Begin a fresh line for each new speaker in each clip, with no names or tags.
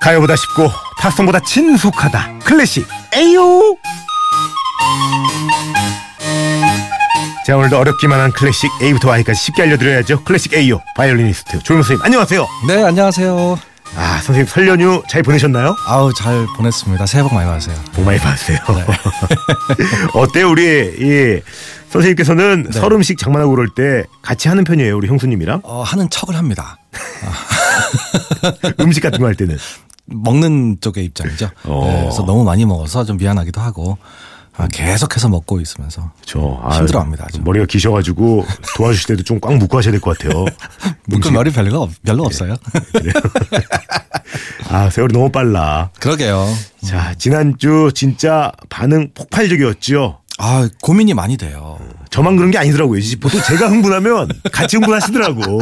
타이어보다 쉽고 탑승보다 친숙하다 클래식 에요 자 오늘도 어렵기만한 클래식 A부터 Y까지 쉽게 알려드려야죠 클래식 A요 바이올리니스트 조용 선생님 안녕하세요
네, 안녕하세요.
아 선생님 설 연휴 잘 보내셨나요?
아우, 잘 보냈습니다. 새해 복 많이 받으세요.
복 많이 받으세요 어때요 우리 이 선생님께서는 설 음식 장만하고 그럴 때 같이 하는 편이에요 우리 형수님이랑
어, 하는 척을 합니다.
음식 같은 거 할 때는
먹는 쪽의 입장이죠.
어.
네, 그래서 너무 많이 먹어서 좀 미안하기도 하고 아, 계속해서 먹고 있으면서
저 아,
힘들어합니다, 아주.
머리가 기셔가지고 도와주실 때도 좀 꽉 묶고 하셔야 될 것 같아요.
묶을 말이 별로, 없- 별로 없어요.
아 세월이 너무 빨라.
그러게요.
자 지난주 진짜 반응 폭발적이었지요.
아, 고민이 많이 돼요.
저만 그런 게 아니더라고요. 이제 보통 제가 흥분하면 같이 흥분하시더라고.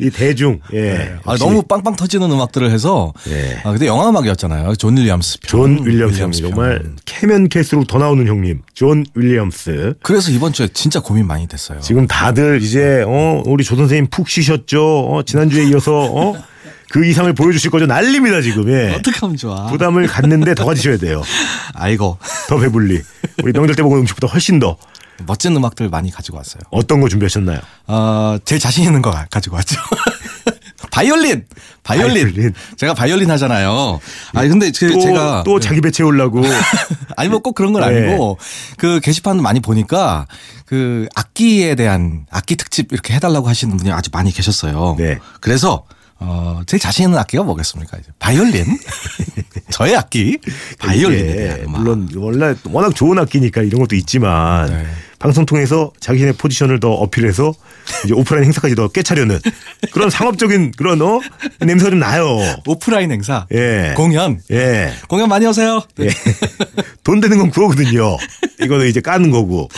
이 대중. 예.
아,
역시
너무 빵빵 터지는 음악들을 해서
예.
아, 근데 영화 음악이었잖아요. 존 음, 윌리엄스 편.
존 윌리엄스 형님
편.
정말 캐면 캘수록 더 나오는 형님. 존 윌리엄스.
그래서 이번 주에 진짜 고민 많이 됐어요.
지금 다들 이제 어 우리 조 선생님 푹 쉬셨죠. 어, 지난주에 이어서 어. 그 이상을 보여주실 거죠. 난립니다 지금. 예.
어떻게 하면 좋아?
부담을 갖는데 더 가지셔야 돼요.
아이고
더 배불리. 우리 명절 때 먹은 음식보다 훨씬 더
멋진 음악들 많이 가지고 왔어요.
어떤 거 준비하셨나요?
어, 제일 자신 있는 거 가- 가지고 왔죠. 바이올린, 바이올린.
바이올린.
제가 바이올린 하잖아요. 아니 근데 그
또,
제가
또 자기 배 채우려고
아니 뭐 꼭 그런 건
네.
아니고 그 게시판 많이 보니까 그 악기에 대한 악기 특집 이렇게 해달라고 하시는 분이 아주 많이 계셨어요.
네.
그래서 어, 제 자신 있는 악기가 뭐겠습니까? 이제 바이올린. 저의 악기 바이올린에
이게
대한 음악.
예. 물론 원래 워낙 좋은 악기니까 이런 것도 있지만
네.
방송 통해서 자기네 포지션을 더 어필해서 이제 오프라인 행사까지 더 꿰차려는 그런 상업적인 그런 어 냄새가 좀 나요.
오프라인 행사,
예.
공연,
예.
공연 많이 오세요.
예. 돈 되는 건 그거거든요. 이거는 이제 까는 거고.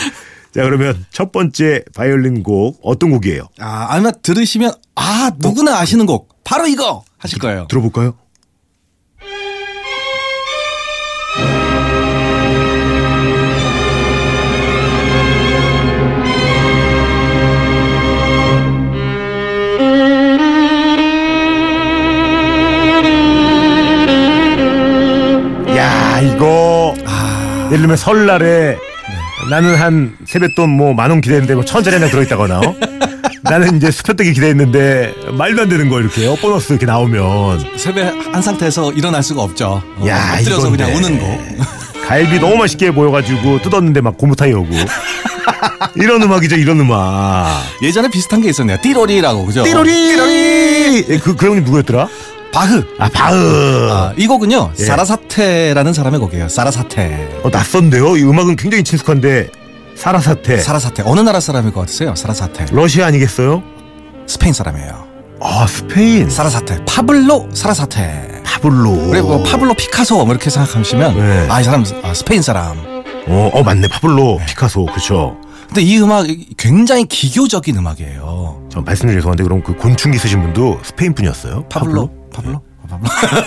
자 그러면 첫 번째 바이올린 곡 어떤 곡이에요?
아, 아마 들으시면 아 누구나 아시는 곡 바로 이거 하실 거예요.
들어볼까요? 야 이거 예를 들면 설날에 나는 한 세뱃돈 뭐 만 원 기대했는데 뭐 천짜리 하나 들어있다거나 어? 나는 이제 수표뜨기 기대했는데 말도 안 되는 거 이렇게 어, 보너스 이렇게 나오면
세배한 상태에서 일어날 수가 없죠. 어, 엎드려서
이건데.
그냥 우는 거.
갈비 너무 맛있게 보여가지고 뜯었는데 막 고무타이 오고 이런 음악이죠 이런 음악
예전에 비슷한 게 있었네요. 띠로리라고 그죠?
띠로리 예, 그, 그 형님 누구였더라?
바흐.
아 바흐
아, 이 곡은요.
예.
사라사테라는 사람의 곡이에요. 사라사테.
어, 낯선데요 이 음악은 굉장히 친숙한데 사라사테
사라사테. 어느 나라 사람일 것 같으세요? 사라사테.
러시아 아니겠어요?
스페인 사람이에요.
아 스페인
사라사테. 파블로 사라사테.
파블로
그리고 뭐 파블로 피카소 뭐 이렇게 생각하시면
네.
아 이 사람 아, 스페인 사람.
어, 어 맞네 파블로 피카소 그렇죠
근데 이 음악 굉장히 기교적인 음악이에요.
저 말씀드리 죄송한데 그럼 그 곤충기 쓰신 분도 스페인 분이었어요?
파블로 예. 파블로 파블로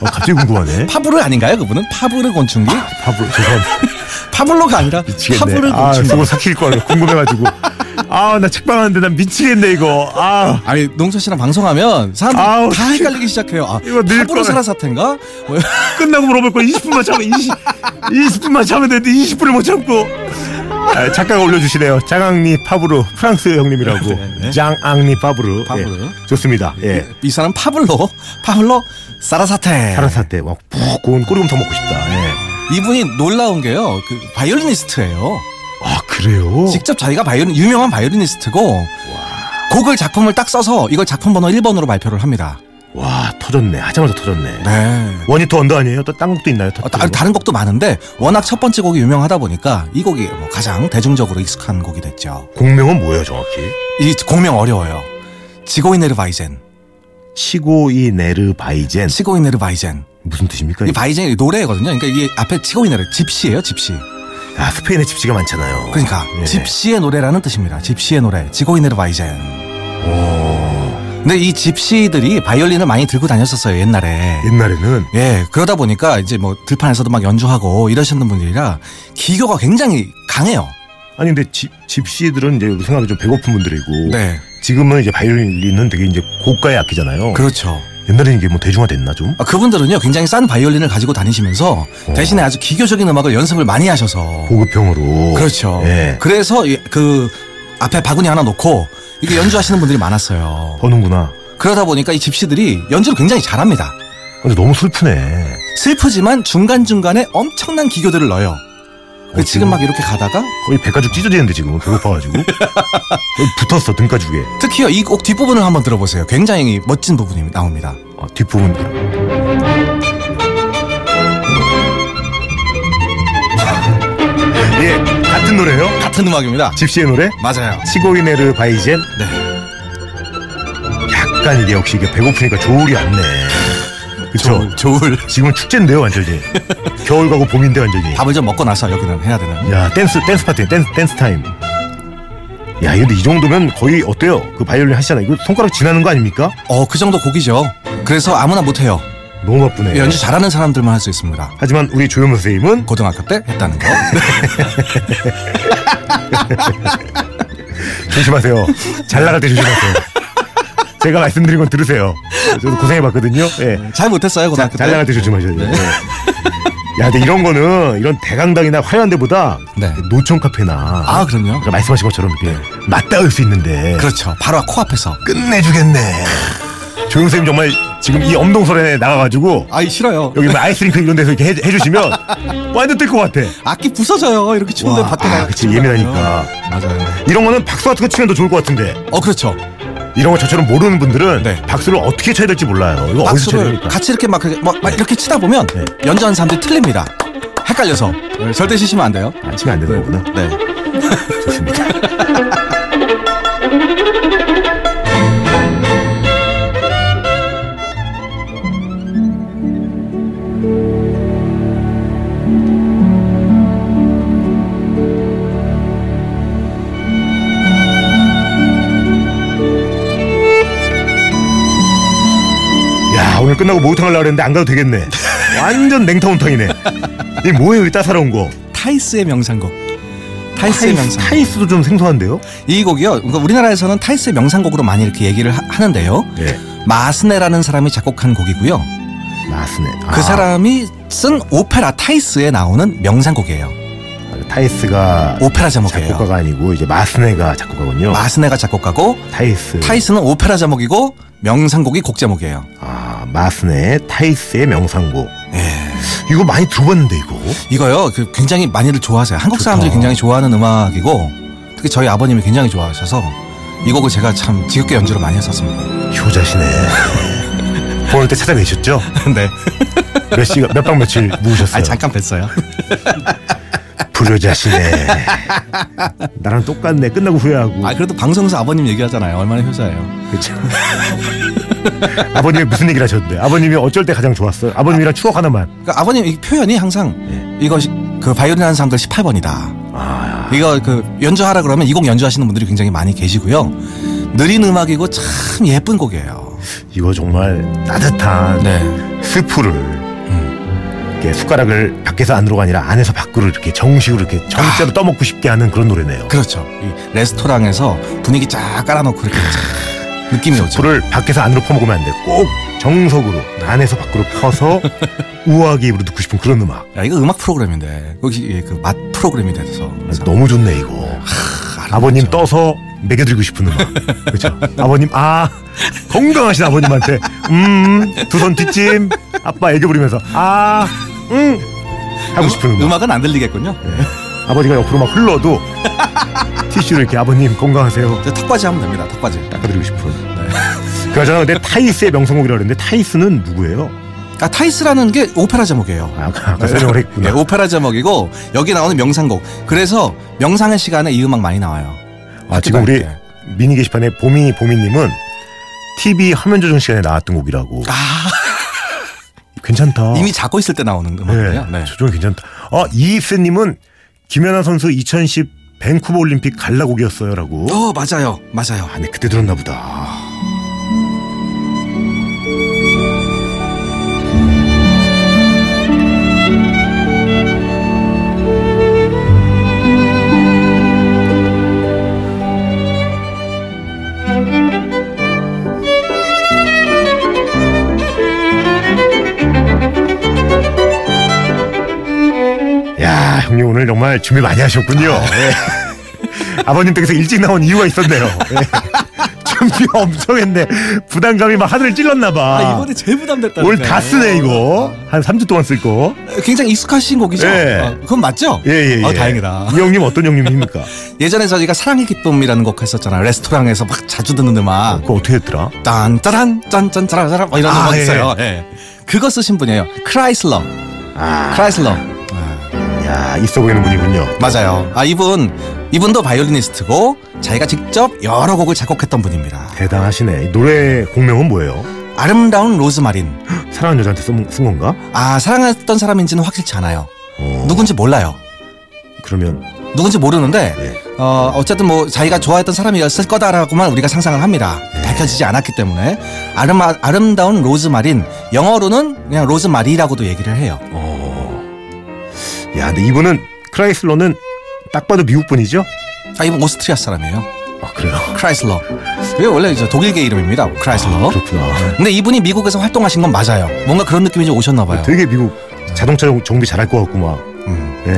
어, 갑자기 궁금하네
파블로 아닌가요? 그분은 파브르 곤충기?
파블로 죄송합니다
파블로가 아니라 파브르
아, 미치겠네. 아,
곤충기.
저거 삭힐 거 알고 궁금해가지고. 아, 나 책방하는데 난 미치겠네 이거. 아,
아니 농철 씨랑 방송하면 사람들이
아우,
다 헷갈리기 시작해요. 아,
이거 늘
파브로
거네.
사라 사태인가? 뭐,
끝나고 물어볼 거야. 20분만 참아. 20, 20분만 참으면 되는데 20분을 못 참고. 아, 작가가 올려주시네요. 장앙리 파브르 프랑스 형님이라고.
네.
장앙리 파브르.
파브르.
예, 좋습니다. 예.
이 사람 파블로, 파블로 사라 사태.
파란사 때 막 푹 고운 꼬리곰탕 먹고 싶다. 예.
이분이 놀라운 게요. 그 바이올리니스트예요.
아 그래요?
직접 자기가 바이올린 유명한 바이올리니스트고 곡을 작품을 딱 써서 이걸 작품 번호 1번으로 발표를 합니다.
와 터졌네. 하자마자 터졌네.
네.
원히터 언더 아니에요? 또 딴 곡도 있나요?
어, 다, 다른 곡도 많은데 워낙 첫 번째 곡이 유명하다 보니까 이 곡이 뭐 가장 대중적으로 익숙한 곡이 됐죠.
공명은 뭐예요 정확히?
이 공명 어려워요. 지고이네르 바이젠,
치고이 네르 바이젠
시고이네르 바이젠.
무슨 뜻입니까?
이 바이젠이 노래거든요. 그러니까 이게 앞에 치고 있는 노래 집시예요, 집시.
아 스페인에 집시가 많잖아요.
그러니까
예.
집시의 노래라는 뜻입니다. 집시의 노래, 지고 있는 바이젠.
오,
근데 이 집시들이 바이올린을 많이 들고 다녔었어요 옛날에.
옛날에는
예, 그러다 보니까 이제 뭐 들판에서도 막 연주하고 이러시는 분들이라 기교가 굉장히 강해요.
아니 근데 집, 집시들은 이제 생각이 좀 배고픈 분들이고
네,
지금은 이제 바이올린은 되게 이제 고가의 악기잖아요.
그렇죠.
옛날에 이게 뭐 대중화 됐나 좀?
아, 그분들은요 굉장히 싼 바이올린을 가지고 다니시면서 음. 대신에 아주 기교적인 음악을 연습을 많이 하셔서
어, 고급형으로.
그렇죠.
예.
그래서 이- 그 앞에 바구니 하나 놓고 이게 연주하시는 분들이 많았어요.
버는구나.
그러다 보니까 이 집시들이 연주를 굉장히 잘합니다.
근데 너무 슬프네.
슬프지만 중간 중간에 엄청난 기교들을 넣어요. 그
어,
지금 막 이렇게 가다가
거의 백가죽 찢어지는데 지금 배고파가지고. 거의 붙었어 등가죽에.
특히요 이 곡 뒷부분을 한번 들어보세요. 굉장히 멋진 부분이 나옵니다.
아, 뒷부분. 예, 같은 노래요?
같은 음악입니다.
집시의 노래?
맞아요.
시고이네르 바이젠?
네.
약간 이게 역시 이게 배고프니까 조울이 왔네. 그쵸?
좋을 좋을.
지금 축제인데요, 완전히. 겨울 가고 봄인데, 완전히.
밥을 좀 먹고 나서 여기는 해야 되는.
야, 댄스, 댄스 파티, 댄스, 댄스 타임. 야, 근데 이 정도면 거의 어때요? 그 바이올린 하시잖아. 이거 손가락 지나는 거 아닙니까?
어 그 정도 곡이죠. 그래서 아무나 못해요.
너무 바쁘네.
연주 잘하는 사람들만 할 수 있습니다.
하지만 우리 조현무 선생님은
고등학교 때 했다는 거.
조심하세요. 잘 나갈 때 조심하세요. 제가 말씀드린 건 들으세요. 저도 고생해봤거든요. 예.
잘 못했어요 고등학교
잘
때.
나갈 때 조심하셔야
네.
돼요. 예. 야, 근데 이런 거는 이런 대강당이나 화려한 데보다
네.
노천 카페나
아 그럼요.
그러니까 말씀하신 것처럼 이렇게 맞닿을 수 있는데
그렇죠. 바로 코앞에서.
끝내주겠네. 조용 선생님 정말 지금 이 엄동설에 나가가지고
아이 싫어요.
여기 뭐 아이스링크 이런 데서 이렇게 해, 주시면 완전 뜰 것 같아.
악기 부서져요. 이렇게 추운데
와,
밭에
아,
가요.
그치, 예민하니까.
맞아요.
이런 거는 박수 같은 거 치면 더 좋을 것 같은데
어 그렇죠.
이런 거 저처럼 모르는 분들은
네.
박수를 어떻게 쳐야 될지 몰라요. 이거 어디서 네. 쳐야
박수를
됩니까?
같이 이렇게 막, 이렇게 막, 막 이렇게 치다 보면 연주하는 사람들이 틀립니다. 헷갈려서
네.
절대 치시면 안 돼요.
아, 치면 안 되는 거구나.
네.
좋습니다. 야 오늘 끝나고 목욕탕 가려고 했는데 안 가도 되겠네. 완전 냉탕온탕이네. 이 뭐예요 이 따사로운 거?
타이스의 명상곡. 타이스의 명상.
타이스도 좀 생소한데요?
이 곡이요. 그러니까 우리나라에서는 타이스의 명상곡으로 많이 이렇게 얘기를 하, 하는데요.
예.
마스네라는 사람이 작곡한 곡이고요.
마스네. 아,
그 사람이 쓴 오페라 타이스에 나오는 명상곡이에요.
타이스가
오페라 제목이에요.
작곡가가 아니고 이제 마스네가 작곡가군요.
마스네가 작곡가고
타이스.
타이스는 오페라 제목이고 명상곡이 곡 제목이에요.
아 마스네 타이스의 명상곡.
네.
이거 많이 들어봤는데 이거.
이거요 그 굉장히 많이들 좋아하세요. 한국
좋다.
사람들이 굉장히 좋아하는 음악이고 특히 저희 아버님이 굉장히 좋아하셔서 이 곡을 제가 참 지겹게 연주를 많이 했었습니다.
효자시네. 보낼 때 찾아내셨죠?
네.
몇 시간 몇 박 며칠 묵으셨어요?
아 잠깐 뵀어요.
불효자시네. 나랑 똑같네. 끝나고 후회하고.
아 그래도 방송에서 아버님 얘기하잖아요. 얼마나 효자예요.
그렇죠. 아버님이 무슨 얘기를 하셨는데? 아버님이 어쩔 때 가장 좋았어요? 아버님이랑 추억 하나만.
그러니까 아버님 이 표현이 항상 이거 시- 그 바이올린 하는 사람들 18번이다.
아,
이거 그 연주하라 그러면 이 곡 연주하시는 분들이 굉장히 많이 계시고요. 느린 음악이고 참 예쁜 곡이에요.
이거 정말 따뜻한
네.
스프를 이렇게 숟가락을 밖에서 안으로가 아니라 안에서 밖으로 이렇게 정식으로 이렇게 정자로 떠먹고 싶게 하는 그런 노래네요.
아. 그렇죠. 이 레스토랑에서 분위기 쫙 깔아놓고 이렇게 쫙 느낌이 오죠.
불을 밖에서 안으로 퍼먹으면 안 돼. 꼭 정석으로 안에서 밖으로 퍼서 우아하게 입으로 듣고 싶은 그런 음악.
야, 이거 음악 프로그램인데 여기 그 맛 프로그램이 돼서 그렇죠.
너무 좋네 이거.
아,
아버님 떠서 먹여드리고 싶은 음악. 그렇죠. 아버님 아 건강하신 아버님한테 음 두 손 뒷짐 아빠 애교 부리면서 아음 하고 싶은 음악.
음악은 안 들리겠군요.
아버지가 옆으로 막 흘러도 티슈로 이렇게 아버님 건강하세요
이제 턱받이 하면 됩니다. 턱받이.
닦아드리고 싶은 네. 그러잖아 근데 타이스의 명성곡이라고 그랬는데 타이스는 누구예요?
아, 타이스라는 게 오페라 제목이에요.
아, 아까, 아까 설명을
네,
했구나
오페라 제목이고 여기 나오는 명상곡. 그래서 명상의 시간에 이 음악 많이 나와요.
아, 지금
학교
우리
다닐 때.
미니 게시판에 보미 보미님은 TV 화면 조정 시간에 나왔던 곡이라고
아,
괜찮다
이미 자고 있을 때 나오는 음악이에요.
네,
네.
조정 괜찮다 아 이입세님은 김연아 선수 2010 밴쿠버 올림픽 갈라곡이었어요 라고
어, 맞아요. 맞아요.
아, 네, 그때 들었나 보다. 정말 준비 많이 하셨군요. 예. 아버님 댁에서 일찍 나온 이유가 있었네요. 예. 준비 엄청 했네. 부담감이 막 하늘을 찔렀나봐.
아, 이번에 제일 부담됐다.
올 다 쓰네 이거. 한 3주 동안 쓸 거.
굉장히 익숙하신 곡이죠.
예.
아, 그건 맞죠?
예예 예.
아, 다행이다.
이 형님 어떤 형님입니까?
예전에 저희가 사랑의 기쁨이라는 곡 했었잖아요. 레스토랑에서 막 자주 듣는 음악.
그거 어떻게 했더라?
딴짜란 짠짠 짜란 짜란 뭐 이런
아,
음악
예.
있어요. 예. 그거 쓰신 분이에요. 크라이슬러. 크라이슬러.
아, 야 있어 보이는 분이군요.
맞아요. 아 이분 이분도 바이올리니스트고 자기가 직접 여러 곡을 작곡했던 분입니다.
대단하시네. 이 노래 공명은 뭐예요?
아름다운 로즈마린.
사랑하는 여자한테 쓴, 쓴 건가?
아 사랑했던 사람인지는 확실치 않아요.
어,
누군지 몰라요.
그러면
누군지 모르는데
예.
어, 어쨌든 뭐 자기가 좋아했던 사람이었을 거다라고만 우리가 상상을 합니다.
네.
밝혀지지 않았기 때문에 아름 아름다운 로즈마린 영어로는 그냥 로즈마리라고도 얘기를 해요.
어. 야, 근데 이분은 크라이슬러는 딱 봐도 미국 분이죠?
아 이분 오스트리아 사람이에요.
아 그래요.
크라이슬러. 이게 원래 이제 독일계 이름입니다. 크라이슬러.
아, 그렇죠. 그렇구나.
근데 이분이 미국에서 활동하신 건 맞아요. 뭔가 그런 느낌이 좀 오셨나 봐요.
되게 미국 자동차 정- 정비 잘할 것 같고 막.
아. 음.
예.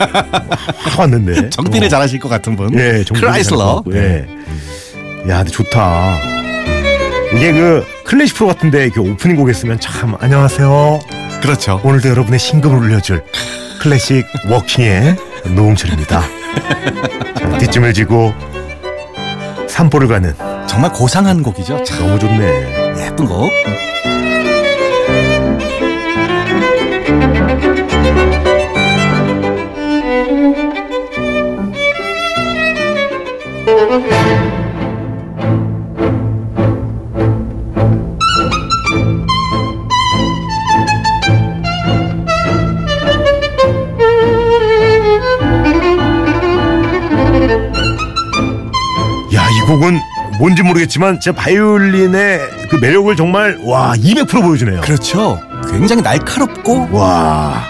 확 왔는데.
정비를 잘하실 것 같은 분.
예, 정비를
크라이슬러.
잘할 것 같고, 예.
음.
야, 근데 좋다. 이게 그 클래식 프로 같은데 그 오프닝 곡에 쓰면 참 안녕하세요.
그렇죠.
오늘도 여러분의 신금을 울려줄 클래식 워킹의 노홍철입니다. 자, 뒷짐을 지고 산보를 가는
정말 고상한 곡이죠. 참
너무 좋네.
예쁜 곡.
야, 이 곡은 뭔지 모르겠지만 제 바이올린의 그 매력을 정말 와 200% 보여주네요.
그렇죠. 굉장히 날카롭고
와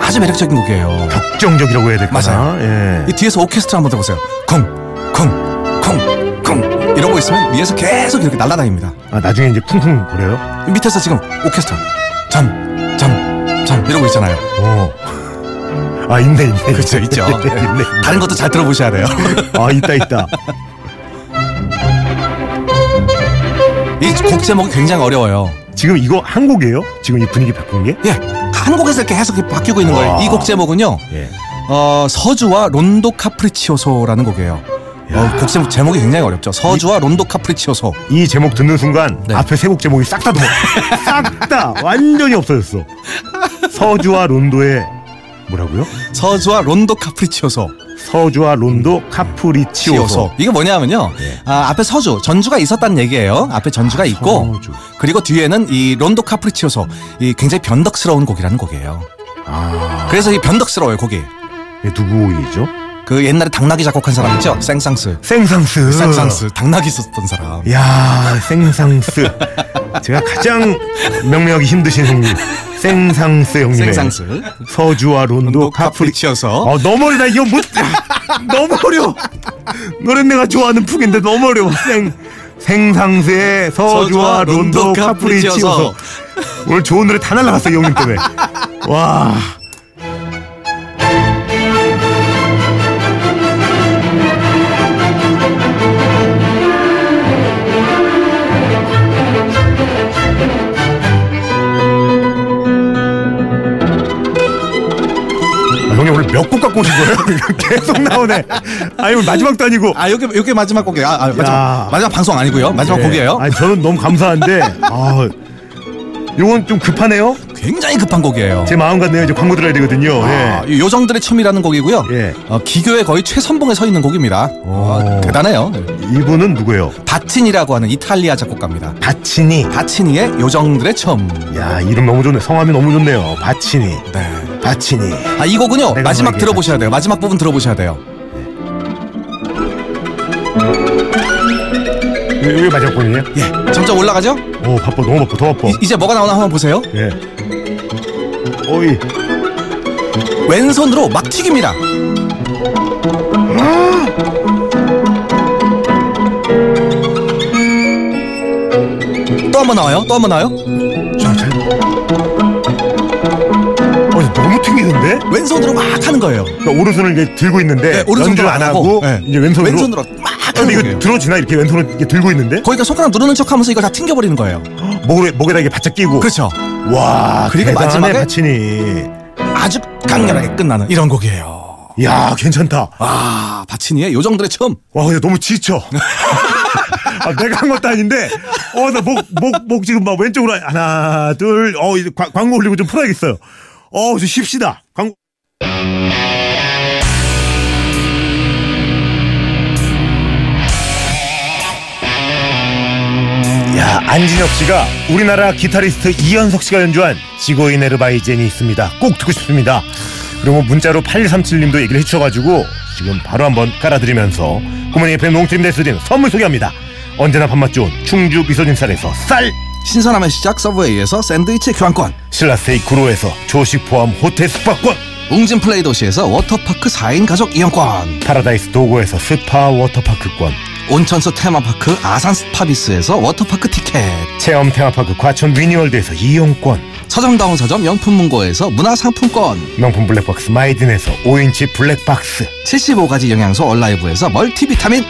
아주 매력적인 곡이에요.
격정적이라고 해야 될까나?
맞아요.
예.
이 뒤에서 오케스트라 한번 들어보세요. 쿵, 쿵, 쿵, 쿵 이러고 있으면 위에서 계속 이렇게 날아다닙니다.
아, 나중에 이제 쿵쿵 거려요.
밑에서 지금 오케스트라 점, 점, 점 이러고 있잖아요.
어. 아 있네 있네.
그렇죠, 있죠.
있네, 있네.
다른 것도 잘 들어보셔야 돼요.
아 있다 있다.
이 곡 제목이 굉장히 어려워요.
지금 이거 한 곡이에요? 지금 이 분위기 바꾼 게?
예, 한국에서 이렇게 계속 이렇게 바뀌고 있는
와.
거예요. 이 곡 제목은요,
예.
어, 서주와 론도 카프리치오소라는 곡이에요.
야.
어, 곡 제목 제목이 굉장히 어렵죠. 서주와 론도 카프리치오소.
이 제목 듣는 순간
네.
앞에 세 곡 제목이 싹 다 도망 싹다 완전히 없어졌어 서주와 론도의 뭐라고요?
서주와 론도 카프리치오소.
서주와 론도 카프리치오소
치오소. 이게 뭐냐면요.
예.
아, 앞에 서주, 전주가 있었다는 얘기예요. 앞에 전주가 있고
아, 서주.
그리고 뒤에는 이 론도 카프리치오소. 이 굉장히 변덕스러운 곡이라는 곡이에요.
아
그래서 이 변덕스러워요, 곡이.
이게 예, 누구 곡이죠?
그 옛날에 당나귀 작곡한 사람 있죠? 생상스.
생상스
생상스. 당나귀 썼던 사람.
야 생상스 제가 가장 명명하기 힘드신 형님 생상스 형님
생상스.
서주와 론도
론도
예. 카프리
카프리치어서.
어 너무 어려다 이거 못 너무 어려 노래 내가 좋아하는 풍인데 너무 어려워 생 생상세 서주와
서주와
론도
론도
카프리치어서
카프리치어서.
오늘 좋은 노래 다 날라갔어 이 형님 때문에 와 아, 형님 오늘 몇 곡 갖고 오신 거예요 계속 나오네 아니 오늘 마지막도 아니고
아, 요게, 요게 마지막 곡이에요. 아, 아, 마지막, 마지막 방송 아니고요. 마지막
예.
곡이에요.
아니 저는 너무 감사한데 아 요건 좀 급하네요
굉장히 급한 곡이에요.
제 마음 같네요 이제 광고 들어야 되거든요
아,
예.
이 요정들의 춤이라는 곡이고요.
예.
어, 기교의 거의 최선봉에 서 있는 곡입니다. 어, 대단해요.
이분은 누구예요?
바친이라고 하는 이탈리아 작곡가입니다.
바치니
바친이의 요정들의 춤.
야 이름 너무 좋네 성함이 너무 좋네요 바치니
네.
바치니
아, 이 곡은요.
내가
마지막
말하기에
들어보셔야 돼요. 마지막 부분 들어보셔야 돼요.
왜, 왜 마지막 분이에요?
예. 점점 올라가죠?
오 바빠 너무 바빠 더 바빠
이, 제 뭐가 나오나 한번 보세요.
예 오이
왼손으로 막 튀깁니다. 또 한 번 나와요? 또 한 번 나와요?
잘, 잘. 어, 너무 튕기네 하는데
왼손으로 막 하는 거예요.
그러니까 오른손을 이제 들고 있는데
네, 오른손으로
연주를 안 하고
네.
이제 왼손으로
왼손으로 네. 막
아, 근데
하는
이거
거예요.
들어지나 이렇게 왼손으로 이렇게 들고 있는데
거기가 손가락 누르는 척하면서 이걸 다 튕겨버리는 거예요.
목에 목에다 이게 바짝 끼고
그 그렇죠.
와
그러니까
대단하네,
마지막에-
바치니
아주 강렬하게 끝나는 이런 곡이에요.
야 괜찮다
아 바치니의 요정들의 춤.
와 근데 너무 지쳐 아, 내가 한 것도 아닌데 어 나 목 목 목 지금 막 왼쪽으로 하나 둘어 이제 광- 광고 올리고 좀 풀어야겠어요 어좀 쉽시다 광고 야 안진혁 씨가 우리나라 기타리스트 이현석 씨가 연주한 지고인 에르바이젠이 있습니다. 꼭 듣고 싶습니다. 그리고 뭐 문자로 8137님도 얘기를 해주셔가지고 지금 바로 한번 깔아드리면서 구몬이 FM 농트림 대수진 선물 소개합니다. 언제나 밥맛 좋은 충주 미소진산에서 쌀
신선함의 시작 서브웨이에서 샌드위치 교환권.
신라스테이 구로에서 조식 포함 호텔 숙박권
웅진 플레이 도시에서 워터파크 4인 가족 이용권.
파라다이스 도고에서 스파 워터파크권
온천수 테마파크 아산 스파비스에서 워터파크 티켓.
체험 테마파크 과천 위니월드에서 이용권
서정다운 서점 명품문고에서 문화상품권.
명품 블랙박스 마이딘에서 5인치 블랙박스
75가지 영양소 얼라이브에서 멀티비타민.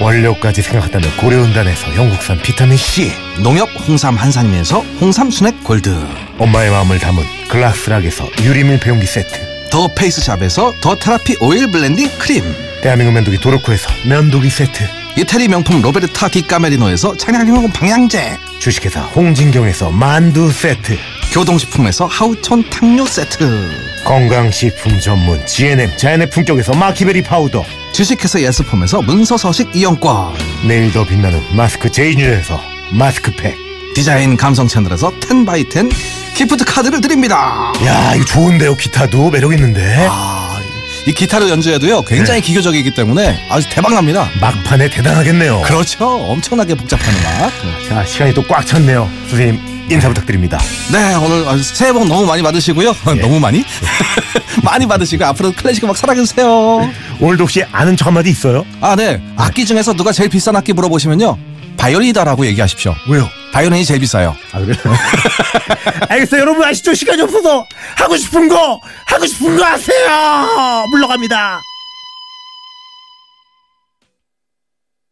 원료까지 생각한다면 고려은단에서 영국산 비타민C
농협 홍삼 한삼에서 홍삼 순액 골드.
엄마의 마음을 담은 글라스락에서 유리밀 배용기 세트
더 페이스샵에서 더 테라피 오일 블렌딩 크림.
대한민국 면도기 도르코에서 면도기 세트
이태리 명품 로베르타 디카메리노에서 차량용 방향제.
주식회사 홍진경에서 만두 세트
교동식품에서 하우촌 탕류 세트.
건강식품 전문 GNM 자연의 품격에서 마키베리 파우더
주식회사 예스폼에서 문서서식 이용권.
내일 더 빛나는 마스크 제이뉴에서 마스크팩
디자인 감성 채널에서 10x10 기프트 카드를 드립니다.
야 이거 좋은데요 기타도 매력 있는데
아, 이 기타를 연주해도요 굉장히 기교적이기 때문에 아주 대박납니다.
막판에 대단하겠네요
그렇죠. 엄청나게 복잡한 음악.
자 시간이 또 꽉 찼네요 선생님 인사 부탁드립니다
네, 오늘 아주 새해 복 너무 많이 받으시고요. 너무 많이? 많이 받으시고 앞으로 클래식 음악 사랑해주세요.
오늘도 혹시 아는 척 한마디 있어요?
아, 네. 악기 중에서 누가 제일 비싼 악기 물어보시면요. 바이올린이다라고 얘기하십시오.
왜요?
바이올린이 제일 비싸요.
아 그래요? 알겠어요 여러분 아시죠 시간이 없어서 하고 싶은 거 하고 싶은 거 하세요 물러갑니다